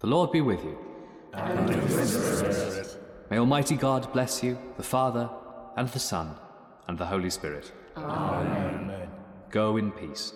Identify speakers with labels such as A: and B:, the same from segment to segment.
A: The Lord be with you. May Almighty God bless you, the Father, and the Son, and the Holy Spirit. Amen. Go in peace.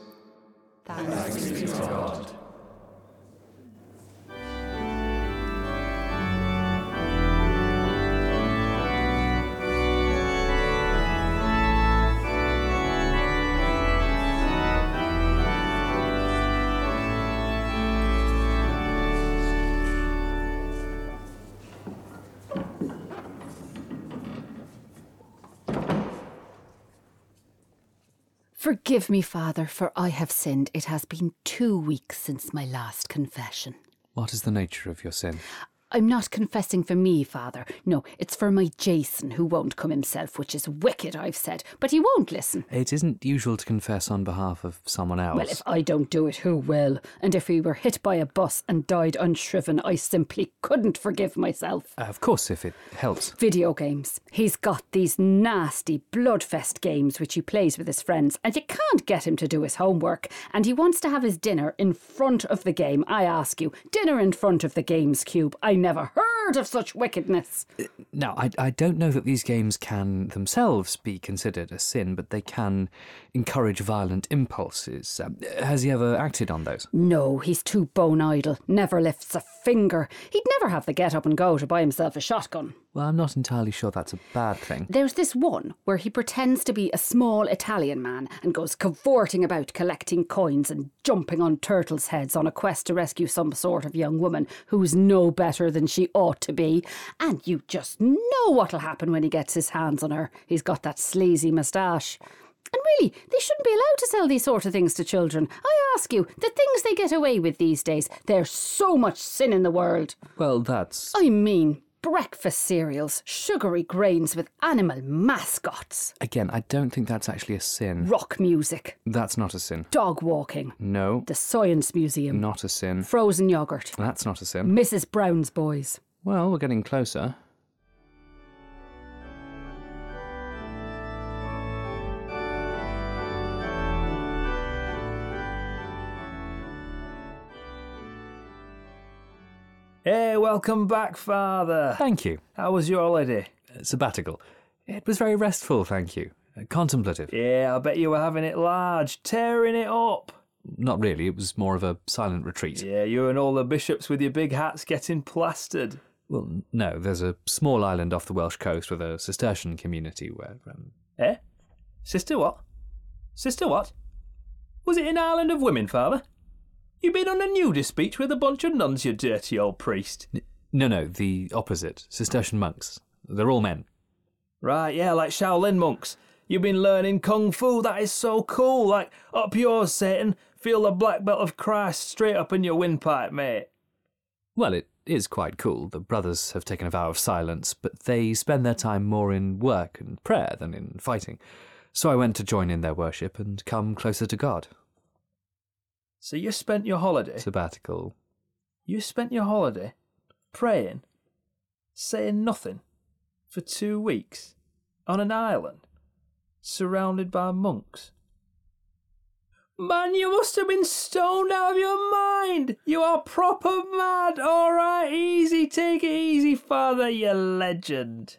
B: Forgive me, Father, for I have sinned. It has been two weeks since my last confession.
A: What is the nature of your sin?
B: I'm not confessing for me, Father. No, it's for my Jason, who won't come himself, which is wicked, I've said, but he won't listen.
A: It isn't usual to confess on behalf of someone else.
B: Well, if I don't do it, who will? And if he were hit by a bus and died unshriven, I simply couldn't forgive myself.
A: Uh, of course, if it helps.
B: Video games. He's got these nasty bloodfest games which he plays with his friends, and you can't get him to do his homework. And he wants to have his dinner in front of the game. I ask you, dinner in front of the games cube. I never heard of such wickedness.
A: Now, I, I don't know that these games can themselves be considered a sin, but they can encourage violent impulses. Um, has he ever acted on those?
B: No, he's too bone idle, never lifts a finger. He'd never have the get up and go to buy himself a shotgun.
A: Well, I'm not entirely sure that's a bad thing.
B: There's this one where he pretends to be a small Italian man and goes cavorting about collecting coins and jumping on turtles' heads on a quest to rescue some sort of young woman who's no better than she ought to be. And you just know what'll happen when he gets his hands on her. He's got that sleazy moustache. And really, they shouldn't be allowed to sell these sort of things to children. I ask you, the things they get away with these days, there's so much sin in the world.
A: Well, that's.
B: I mean, breakfast cereals, sugary grains with animal mascots,
A: Again, I don't think that's actually a sin.
B: rock music,
A: That's not a sin.
B: dog walking,
A: No,
B: the Science Museum,
A: not a sin.
B: frozen yogurt,
A: That's not a sin.
B: Mrs. Brown's Boys.
A: Well, we're getting closer.
C: Hey, welcome back, Father.
A: Thank you.
C: How was your holiday?
A: Uh, sabbatical. It was very restful, thank you. Uh, contemplative.
C: Yeah, I bet you were having it large, tearing it up.
A: Not really, it was more of a silent retreat.
C: Yeah, you and all the bishops with your big hats getting plastered.
A: Well, n- no, there's a small island off the Welsh coast with a Cistercian community where. Um,
C: Eh? Sister what? Sister what? Was it an island of women, Father? You been on a nudist beach with a bunch of nuns, you dirty old priest.
A: no, no, the opposite. Cistercian monks. They're all men.
C: Right, yeah, like Shaolin monks. You've been learning kung fu. That is so cool. Like, up yours, Satan. Feel the black belt of Christ straight up in your windpipe, mate.
A: Well, it is quite cool. The brothers have taken a vow of silence, but they spend their time more in work and prayer than in fighting. So I went to join in their worship and come closer to God.
C: So you spent your
A: Eh.
C: holiday.
A: Sabbatical.
C: You spent your holiday praying, saying nothing for two weeks on an island surrounded by monks. Man, you must have been stoned out of your mind. You are proper mad. All right, easy. Take it easy, father, you legend.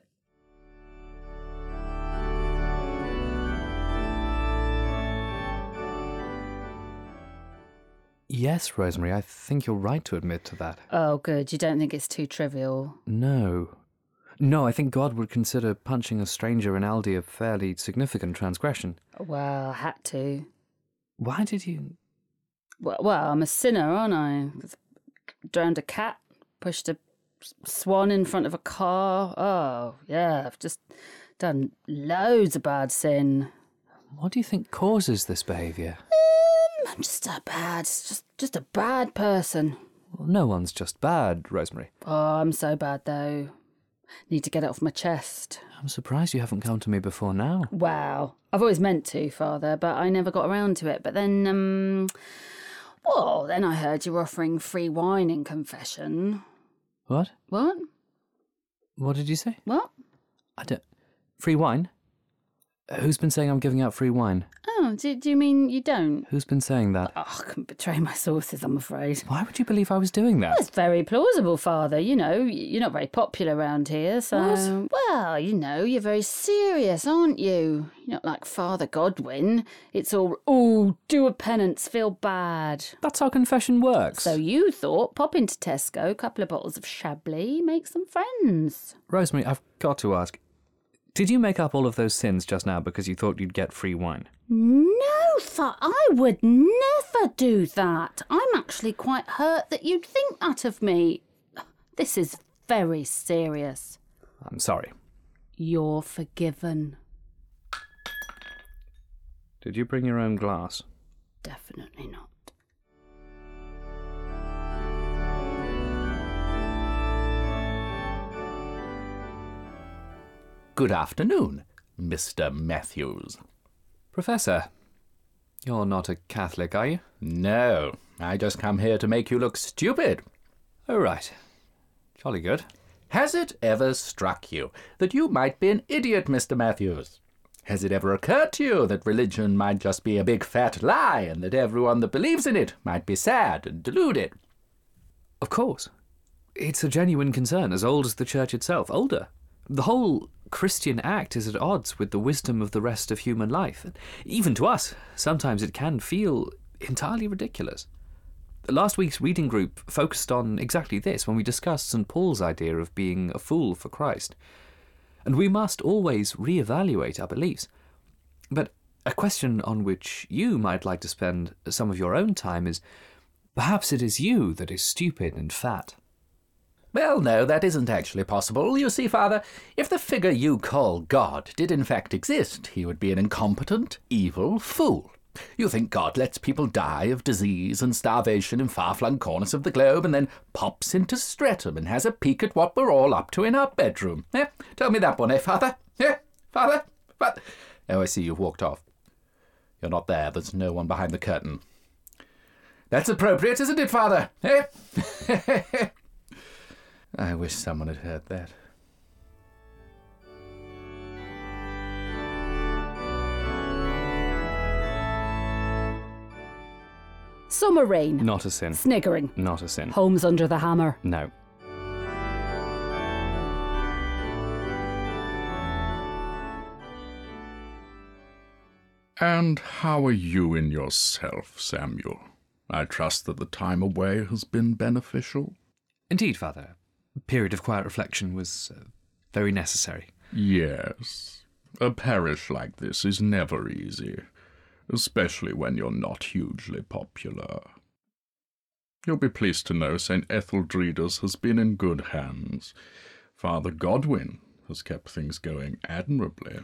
A: Yes, Rosemary, I think you're right to admit to that.
B: Oh, good. You don't think it's too trivial?
A: No. No, I think God would consider punching a stranger in Aldi a fairly significant transgression.
B: Well, I had to.
A: Why did you.
B: Well, well I'm a sinner, aren't I? Drowned a cat, pushed a s- swan in front of a car. Oh, yeah. I've just done loads of bad sin.
A: What do you think causes this behaviour?
B: I'm just a bad, just just a bad person.
A: Well, no one's just bad, Rosemary.
B: Oh, I'm so bad though. Need to get it off my chest.
A: I'm surprised you haven't come to me before now.
B: Wow. I've always meant to, Father, but I never got around to it. But then, um, well, then I heard you were offering free wine in confession.
A: What?
B: What?
A: What did you say?
B: What?
A: I don't. Free wine? Who's been saying I'm giving out free wine?
B: Oh, do, do you mean you don't?
A: Who's been saying that?
B: Oh, I can betray my sources, I'm afraid.
A: Why would you believe I was doing that?
B: That's very plausible, Father. You know, y- you're not very popular around here, so. Well, you know, you're very serious, aren't you? You're not like Father Godwin. It's all, oh, do a penance, feel bad.
A: That's how confession works.
B: So you thought pop into Tesco, a couple of bottles of Chablis, make some friends.
A: Rosemary, I've got to ask. Did you make up all of those sins just now because you thought you'd get free wine?
B: No, Fa, I would never do that. I'm actually quite hurt that you'd think that of me. This is very serious.
A: I'm sorry.
B: You're forgiven.
A: Did you bring your own glass?
B: Definitely not.
C: Good afternoon, Mr. Matthews.
A: Professor, you're not a Catholic, are you?
C: No, I just come here to make you look stupid.
A: Oh, right. Jolly good.
C: Has it ever struck you that you might be an idiot, Mr. Matthews? Has it ever occurred to you that religion might just be a big fat lie and that everyone that believes in it might be sad and deluded?
A: Of course. It's a genuine concern, as old as the church itself, older. The whole Christian act is at odds with the wisdom of the rest of human life. And even to us, sometimes it can feel entirely ridiculous. Last week's reading group focused on exactly this when we discussed St. Paul's idea of being a fool for Christ. And we must always reevaluate our beliefs. But a question on which you might like to spend some of your own time is Perhaps it is you that is stupid and fat.
C: Well, no, that isn't actually possible. You see, Father, if the figure you call God did in fact exist, he would be an incompetent, evil fool. You think God lets people die of disease and starvation in far flung corners of the globe and then pops into Streatham and has a peek at what we're all up to in our bedroom. Eh? Tell me that one, eh, Father? Eh? Father? Father? Oh, I see you've walked off. You're not there. There's no one behind the curtain. That's appropriate, isn't it, Father? Eh? I wish someone had heard that.
B: Summer rain.
A: Not a sin.
B: Sniggering.
A: Not a sin.
B: Homes under the hammer.
A: No.
D: And how are you in yourself, Samuel? I trust that the time away has been beneficial?
A: Indeed, Father. A period of quiet reflection was uh, very necessary.
D: Yes. A parish like this is never easy, especially when you're not hugely popular. You'll be pleased to know St. Etheldreda's has been in good hands. Father Godwin has kept things going admirably.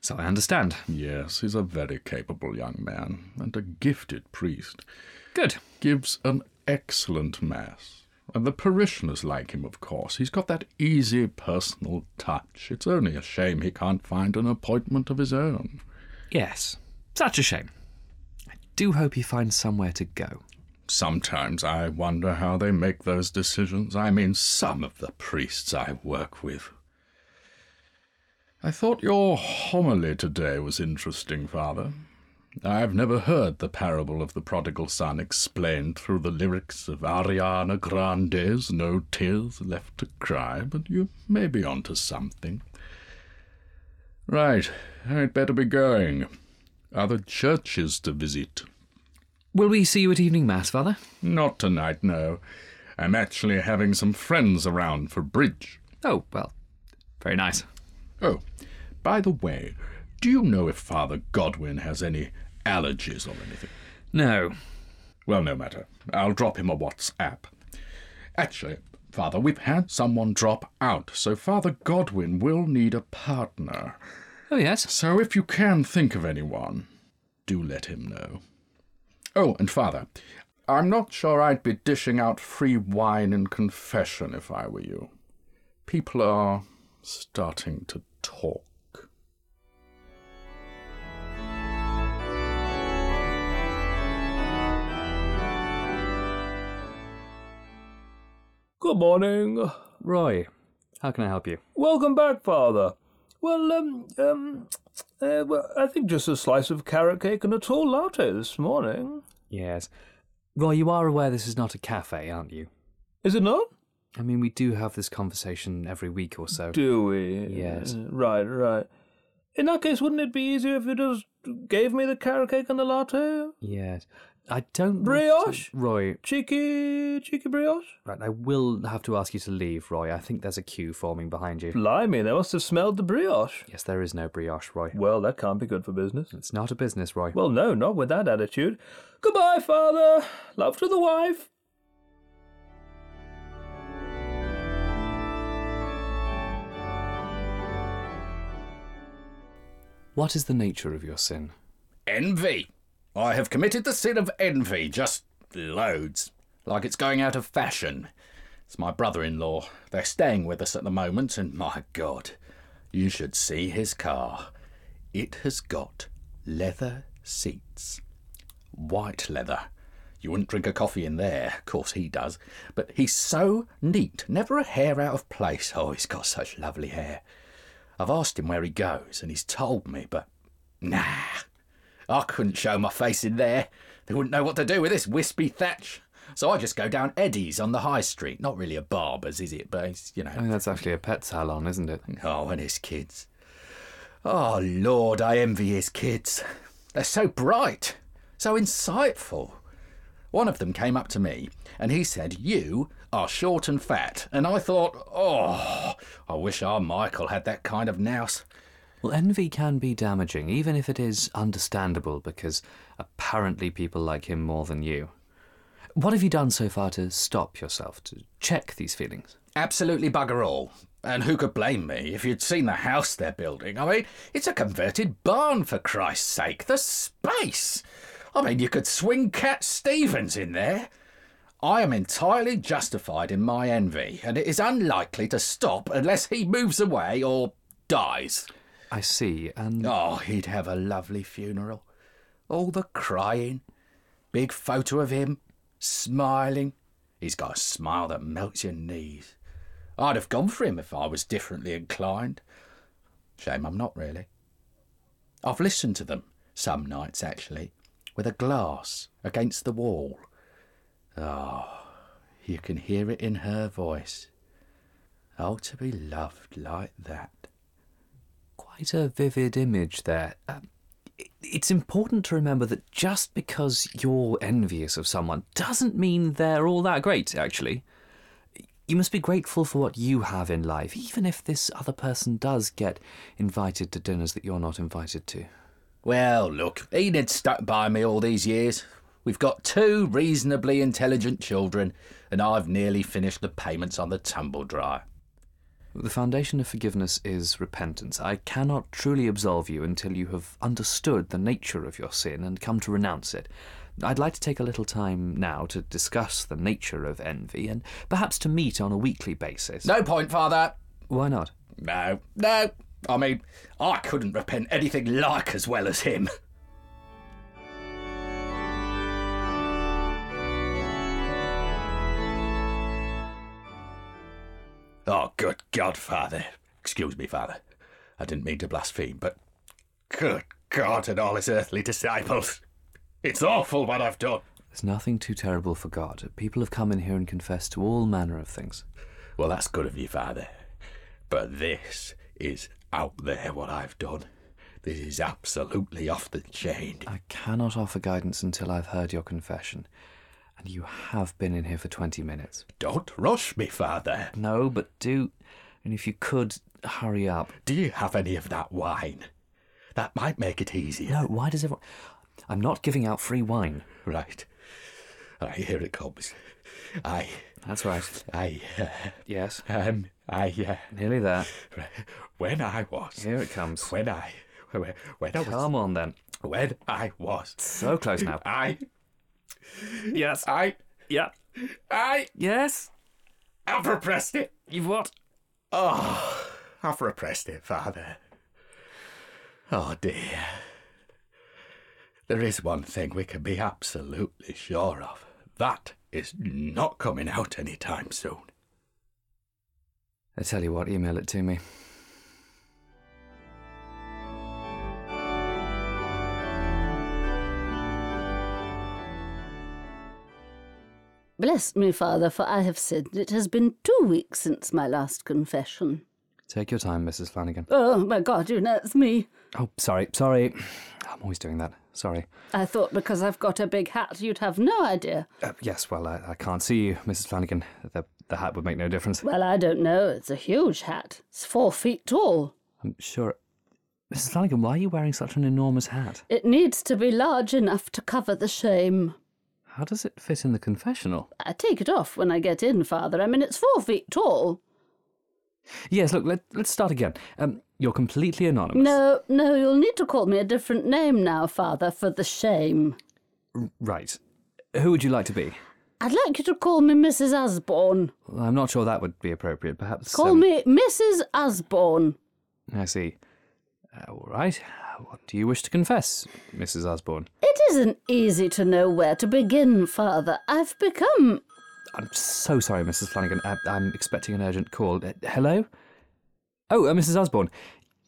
A: So I understand.
D: Yes, he's a very capable young man and a gifted priest.
A: Good.
D: Gives an excellent mass. And the parishioners like him, of course. He's got that easy personal touch. It's only a shame he can't find an appointment of his own.
A: Yes. Such a shame. I do hope he finds somewhere to go.
D: Sometimes I wonder how they make those decisions. I mean, some of the priests I work with. I thought your homily today was interesting, Father. I've never heard the parable of the prodigal son explained through the lyrics of Ariana Grande's No Tears Left to Cry, but you may be onto something. Right, I'd better be going. Other churches to visit.
A: Will we see you at evening mass, Father?
D: Not tonight, no. I'm actually having some friends around for bridge.
A: Oh, well, very nice.
D: Oh, by the way, do you know if Father Godwin has any allergies or anything?
A: No.
D: Well, no matter. I'll drop him a WhatsApp. Actually, Father, we've had someone drop out, so Father Godwin will need a partner.
A: Oh, yes.
D: So if you can think of anyone, do let him know. Oh, and Father, I'm not sure I'd be dishing out free wine in confession if I were you. People are starting to talk.
E: Good morning.
A: Roy, how can I help you?
E: Welcome back, Father.
C: Well, um, um, uh, well, I think just a slice of carrot cake and a tall latte this morning.
A: Yes. Roy, you are aware this is not a cafe, aren't you?
C: Is it not?
A: I mean, we do have this conversation every week or so.
C: Do we?
A: Yes.
C: Uh, Right, right. In that case, wouldn't it be easier if you just gave me the carrot cake and the latte?
A: Yes. I don't. want to-
C: Brioche?
A: Roy,
C: Cheeky, cheeky brioche?
A: right, I will have to ask you to leave, Roy. I think there's a queue forming behind you.
C: Blimey, they must have smelled the brioche.
A: Yes, there is no brioche, Roy.
C: Well, that can't be good for business.
A: It's not a business, Roy.
C: Well, no, not with that attitude. Goodbye, father. Love to the wife.
A: What is the nature of your sin?
D: Envy. I have committed the sin of envy, just loads. Like it's going out of fashion. It's my brother in law. They're staying with us at the moment, and my God, you should see his car. It has got leather seats. White leather. You wouldn't drink a coffee in there, of course he does. But he's so neat, never a hair out of place. Oh, he's got such lovely hair. I've asked him where he goes, and he's told me, but nah, I couldn't show my face in there. They wouldn't know what to do with this wispy thatch. So I just go down Eddie's on the high street. Not really a barber's, is it? But it's, you
A: I
D: know.
A: mean, that's actually a pet salon, isn't it?
D: Oh, and his kids. Oh, Lord, I envy his kids. They're so bright, so insightful. One of them came up to me and he said, You are short and fat. And I thought, Oh, I wish our Michael had that kind of nous.
A: Well, envy can be damaging, even if it is understandable, because apparently people like him more than you. What have you done so far to stop yourself, to check these feelings?
D: Absolutely bugger all. And who could blame me if you'd seen the house they're building? I mean, it's a converted barn, for Christ's sake. The space! I mean, you could swing Cat Stevens in there. I am entirely justified in my envy, and it is unlikely to stop unless he moves away or dies.
A: I see, and
D: Oh, he'd have a lovely funeral. All the crying. Big photo of him, smiling. He's got a smile that melts your knees. I'd have gone for him if I was differently inclined. Shame I'm not, really. I've listened to them some nights, actually, with a glass against the wall. Oh, you can hear it in her voice. Oh, to be loved like that.
A: quite a vivid image there. Um, it- it's important to remember that just because you're envious of someone doesn't mean they're all that great, actually. You must be grateful for what you have in life, even if this other person does get invited to dinners that you're not invited to.
D: Well, look, Enid stuck by me all these years. We've got two reasonably intelligent children, and I've nearly finished the payments on the tumble dryer.
A: The foundation of forgiveness is repentance. I cannot truly absolve you until you have understood the nature of your sin and come to renounce it. I'd like to take a little time now to discuss the nature of envy and perhaps to meet on a weekly basis.
D: No point, Father.
A: Why not?
D: No, no. I mean, I couldn't repent anything like as well as him. Oh, good God, Father. Excuse me, Father. I didn't mean to blaspheme, but good God and all his earthly disciples. It's awful what I've done.
A: There's nothing too terrible for God. People have come in here and confessed to all manner of things.
D: Well, that's good of you, Father. But this is out there what I've done. This is absolutely off the chain.
A: I cannot offer guidance until I've heard your confession. And you have been in here for 20 minutes.
D: Don't rush me, Father.
A: No, but do. And if you could, hurry up.
D: Do you have any of that wine? That might make it easier.
A: No, why does everyone. I'm not giving out free wine.
D: Right. Right, here it comes. I,
A: That's right.
D: I,
A: Yes.
D: uh, um, I,
A: Nearly there.
D: uh, when I was,
A: Here it comes.
D: when I, when when I was,
A: Come on then.
D: when I was,
A: So close now.
D: I,
C: Yes.
D: I,
C: Yeah.
D: I,
C: Yes.
D: I've repressed it.
C: You've what?
D: Oh, I've repressed it, Father. Oh dear. There is one thing we can be absolutely sure of. That is not coming out anytime soon.
A: I tell you what, email it to me.
F: Bless me, Father, for I have said it has been two weeks since my last confession.
A: Take your time, Mrs. Flanagan.
F: Oh, my God, you know, it's me.
A: Oh, sorry, sorry. I'm always doing that. Sorry.
F: I thought because I've got a big hat, you'd have no idea.
A: Uh, yes, well, I, I can't see you, Mrs. Flanagan. The, the hat would make no difference.
F: Well, I don't know. It's a huge hat. It's four feet tall.
A: I'm sure. Mrs. Flanagan, why are you wearing such an enormous hat?
F: It needs to be large enough to cover the shame.
A: How does it fit in the confessional?
F: I take it off when I get in, Father. I mean, it's four feet tall.
A: Yes, look, let, let's start again. Um, you're completely anonymous.
F: No, no, you'll need to call me a different name now, Father, for the shame.
A: Right. Who would you like to be?
F: I'd like you to call me Mrs. Asborn.
A: Well, I'm not sure that would be appropriate. Perhaps.
F: Call
A: um,
F: me Mrs. Asborn.
A: I see. Uh, all right. What do you wish to confess, Mrs. Osborne?
F: It isn't easy to know where to begin, Father. I've become.
A: I'm so sorry, Mrs. Flanagan. I, I'm expecting an urgent call. Uh, hello? Oh, uh, Mrs. Osborne.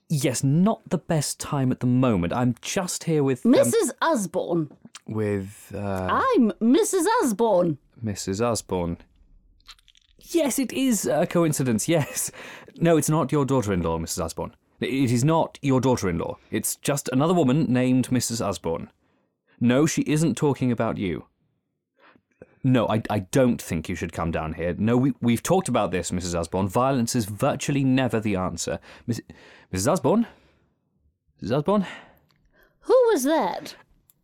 A: Yes, not the best time at the moment. I'm just here with um,
F: Mrs. Osborne.
A: with uh,
F: I'm Mrs. Osborne.
A: Mrs. Osborne. Yes, it is a coincidence. Yes. No, it's not your daughter-in-law, Mrs. Osborne. It is not your daughter-in-law. It's just another woman named Mrs. Osborne. No, she isn't talking about you. No, I, I don't think you should come down here. No, we, we've talked about this, Mrs. Osborne. Violence is virtually never the answer. Miss, Mrs. Osborne? Mrs. Osborne?
F: Who was that?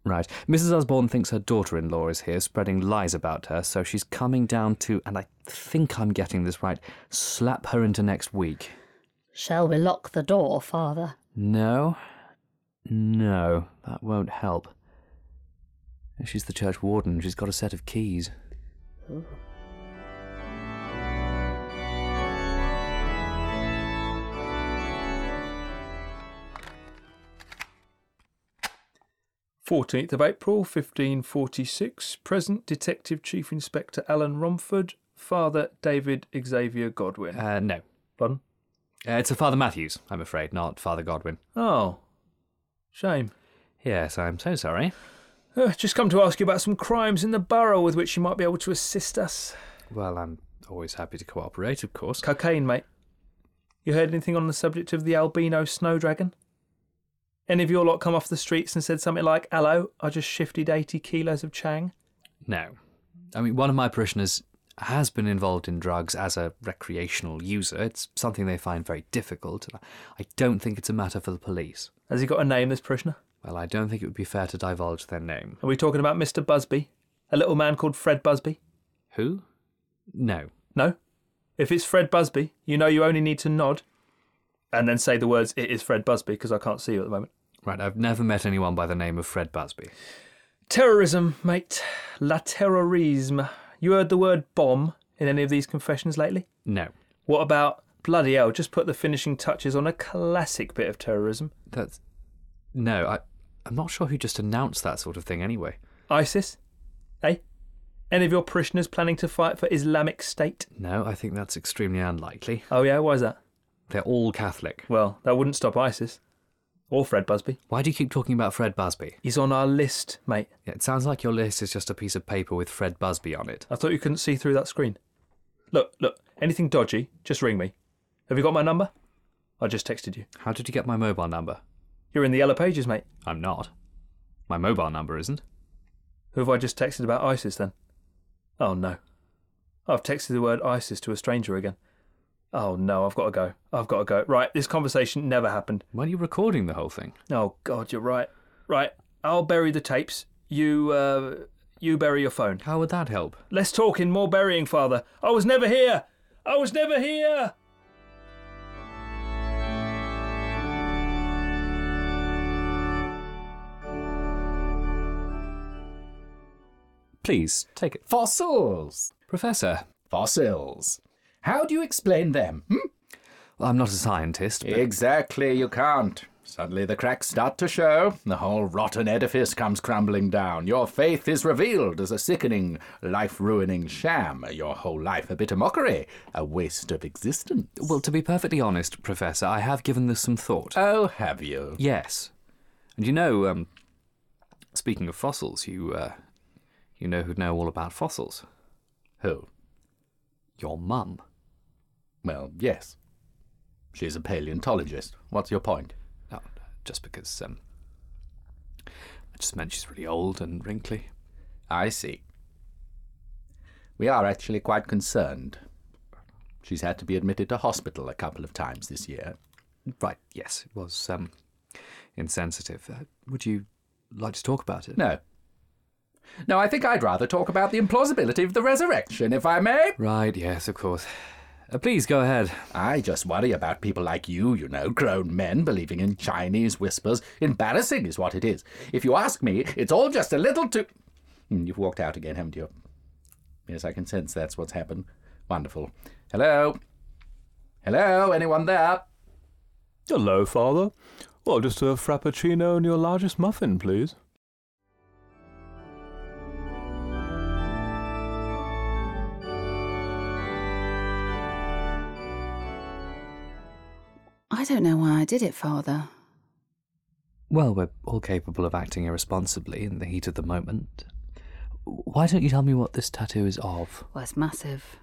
A: Right. Mrs. Osborne thinks her daughter in law is here spreading lies about her, so she's coming down to, and I think I'm getting this right, slap her into next week.
F: Shall we lock the door, Father?
A: No. No, that won't help. She's the church warden. She's got a set of keys.
C: Fourteenth of April, fifteen forty-six. Present Detective Chief Inspector Alan Romford, Father David Xavier Godwin.
A: Uh, no.
C: Pardon?
A: Uh, it's a Father Matthews, I'm afraid, not Father Godwin.
C: Oh, shame.
A: Yes, I'm so sorry.
C: Uh, just come to ask you about some crimes in the borough with which you might be able to assist us.
A: Well, I'm always happy to cooperate, of course.
C: Cocaine, mate. You heard anything on the subject of the albino snowdragon? Any of your lot come off the streets and said something like, "Hello, I just shifted eighty kilos of Chang."
A: No. I mean, one of my parishioners has been involved in drugs as a recreational user. It's something they find very difficult. and I I don't think it's a matter for the police.
C: Has he got a name, this parishioner?
A: Well, I don't think it would be fair to divulge their name.
C: Are we talking about Mister Busby, a little man called Fred Busby?
A: Who? No.
C: No. If it's Fred Busby, you know you only need to nod, and then say the words, "It is Fred Busby," because I can't see you at the moment.
A: Right, I've never met anyone by the name of Fred Busby.
C: Terrorism, mate. La terrorisme. You heard the word bomb in any of these confessions lately?
A: No.
C: What about bloody hell? Just put the finishing touches on a classic bit of terrorism.
A: That's. No, I, I'm not sure who just announced that sort of thing anyway.
C: ISIS? Eh? Any of your parishioners planning to fight for Islamic State?
A: No, I think that's extremely unlikely.
C: Oh, yeah, why is that?
A: They're all Catholic.
C: Well, that wouldn't stop ISIS. Or Fred Busby.
A: Why do you keep talking about Fred Busby?
C: He's on our list, mate.
A: Yeah, It sounds like your list is just a piece of paper with Fred Busby on it.
C: I thought you couldn't see through that screen. Look, look, anything dodgy, just ring me. Have you got my number? I just texted you.
A: How did you get my mobile number?
C: You're in the yellow pages, mate.
A: I'm not. My mobile number isn't.
C: Who have I just texted about ISIS then? Oh no. I've texted the word ISIS to a stranger again. Oh no, I've got to go. I've got to go. Right, this conversation never happened.
A: Why are you recording the whole thing?
C: Oh god, you're right. Right, I'll bury the tapes. You, uh, you bury your phone.
A: How would that help?
C: Less talking, more burying, father. I was never here. I was never here.
A: Please, take it.
D: Fossils.
A: Professor,
D: Fossils. How do you explain them? hmm?
A: well, I'm not a scientist, but
D: Exactly, you can't. Suddenly the cracks start to show. The whole rotten edifice comes crumbling down. Your faith is revealed as a sickening, life ruining sham. Your whole life a bit of mockery, a waste of existence.
A: well, to be perfectly honest, Professor, I have given this some thought.
D: Oh, have you?
A: yes. And you know, um, speaking of fossils, you, uh, you know who'd know all about fossils?
D: Who?
A: Your mum.
D: Well, yes. She's a paleontologist. What's your point?
A: Oh, just because, um, I just meant she's really old and wrinkly.
D: I see. We are actually quite concerned. She's had to be admitted to hospital a couple of times this year.
A: Right, yes, it was, um, insensitive. Uh, would you like to talk about it?
D: No. No, I think I'd rather talk about the implausibility of the resurrection, if I may.
A: Right, yes, of course. Uh, please go ahead.
D: I just worry about people like you, you know, grown men believing in Chinese whispers. Embarrassing is what it is. If you ask me, it's all just a little too. Hmm, You've walked out again, haven't you? Yes, I can sense that's what's happened. Wonderful. Hello? Hello? Anyone there?
G: Hello, Father. Well, just a frappuccino and your largest muffin, please.
F: I don't know why I did it, Father.
A: Well, we're all capable of acting irresponsibly in the heat of the moment. Why don't you tell me what this tattoo is of?
F: Well, it's massive.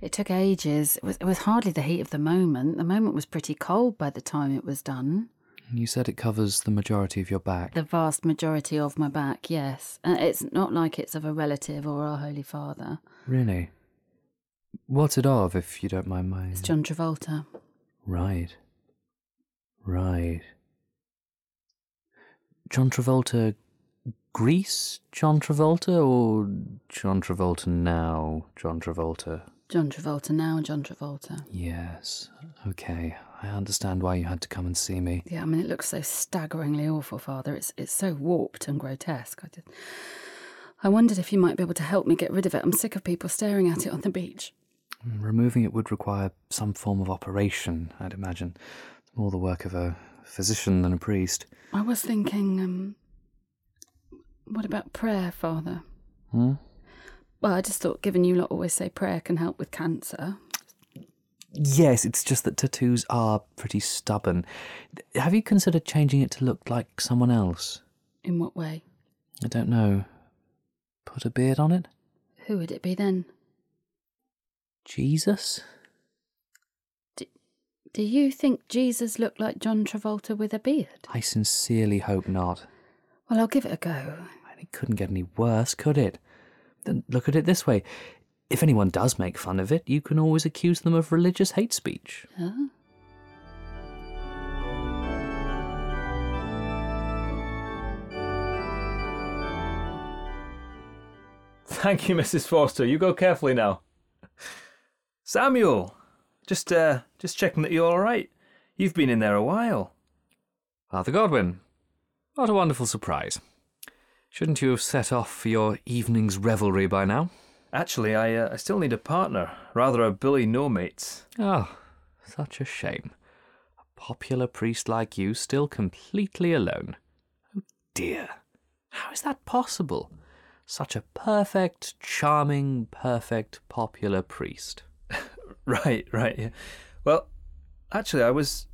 F: It took ages. It was, it was hardly the heat of the moment. The moment was pretty cold by the time it was done.
A: You said it covers the majority of your back.
F: The vast majority of my back, yes. And it's not like it's of a relative or our Holy Father.
A: Really? What's it of, if you don't mind my.
F: It's John Travolta.
A: Right. Right. John Travolta, Greece John Travolta, or John Travolta now John Travolta?
F: John Travolta now, John Travolta.
A: Yes. Okay. I understand why you had to come and see me.
F: Yeah, I mean, it looks so staggeringly awful, Father. It's, it's so warped and grotesque. I, did, I wondered if you might be able to help me get rid of it. I'm sick of people staring at it on the beach.
A: Removing it would require some form of operation, I'd imagine. More the work of a physician than a priest.
F: I was thinking, um, what about prayer, Father?
A: Hmm?
F: Well, I just thought, given you lot always say prayer can help with cancer.
A: Yes, it's just that tattoos are pretty stubborn. Have you considered changing it to look like someone else?
F: In what way?
A: I don't know. Put a beard on it?
F: Who would it be then?
A: Jesus?
F: Do you think Jesus looked like John Travolta with a beard?
A: I sincerely hope not.
F: Well, I'll give it a go.
A: And it couldn't get any worse, could it? Then look at it this way. If anyone does make fun of it, you can always accuse them of religious hate speech.
F: Huh?
C: Thank you, Mrs. Forster. You go carefully now. Samuel, just uh, just checking that you're all right. You've been in there a while.
A: Arthur Godwin, what a wonderful surprise. Shouldn't you have set off for your evening's revelry by now?
C: Actually, I uh, I still need a partner, rather a Billy Normates.
A: Oh, such a shame. A popular priest like you still completely alone. Oh dear. How is that possible? Such a perfect, charming, perfect, popular priest.
C: Right, right. Yeah. Well, actually, I was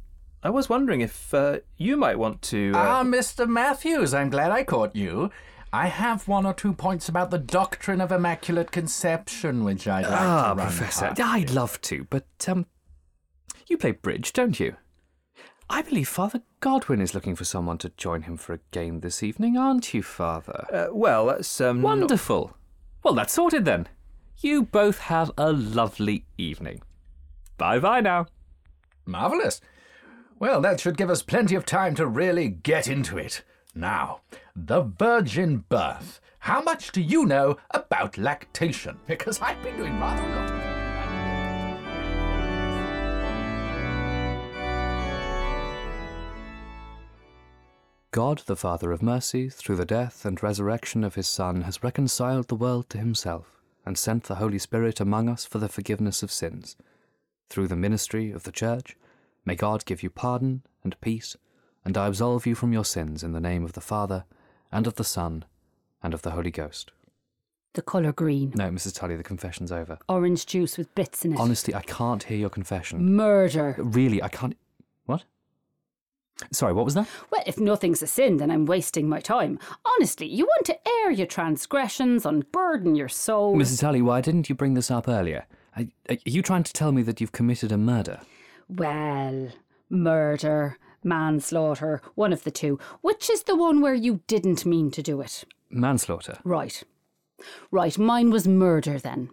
C: I was wondering if uh, you might want to. Uh,
D: Ah, Mr. Matthews, I'm glad I caught you. I have one or two points about the doctrine of immaculate conception, which I'd like to
A: Ah,
D: run
A: Professor,
D: past.
A: I'd love to, but um, you play bridge, don't you? I believe Father Godwin is looking for someone to join him for a game this evening, aren't you, Father?
C: uh, well, that's um.
A: Wonderful. Well, that's sorted then. You both have a lovely evening. Bye bye now.
D: Marvelous. Well, that should give us plenty of time to really get into it. Now, the virgin birth. How much do you know about lactation? Because I've been doing rather a lot.
A: God, the Father of mercy, through the death and resurrection of his Son, has reconciled the world to himself and sent the Holy Spirit among us for the forgiveness of sins. Through the ministry of the Church, may God give you pardon and peace, and I absolve you from your sins in the name of the Father, and of the Son, and of the Holy Ghost.
B: The colour green.
A: No, Mrs. Tully, the confession's over.
B: Orange juice with bits in it.
A: Honestly, I can't hear your confession.
B: Murder.
A: Really, I can't. What? Sorry, what was that?
B: Well, if nothing's a sin, then I'm wasting my time. Honestly, you want to air your transgressions, unburden your soul.
A: Mrs. Tully, why didn't you bring this up earlier? Are, are you trying to tell me that you've committed a murder?
B: Well, murder, manslaughter, one of the two. Which is the one where you didn't mean to do it?
A: Manslaughter?
B: Right. Right, mine was murder then.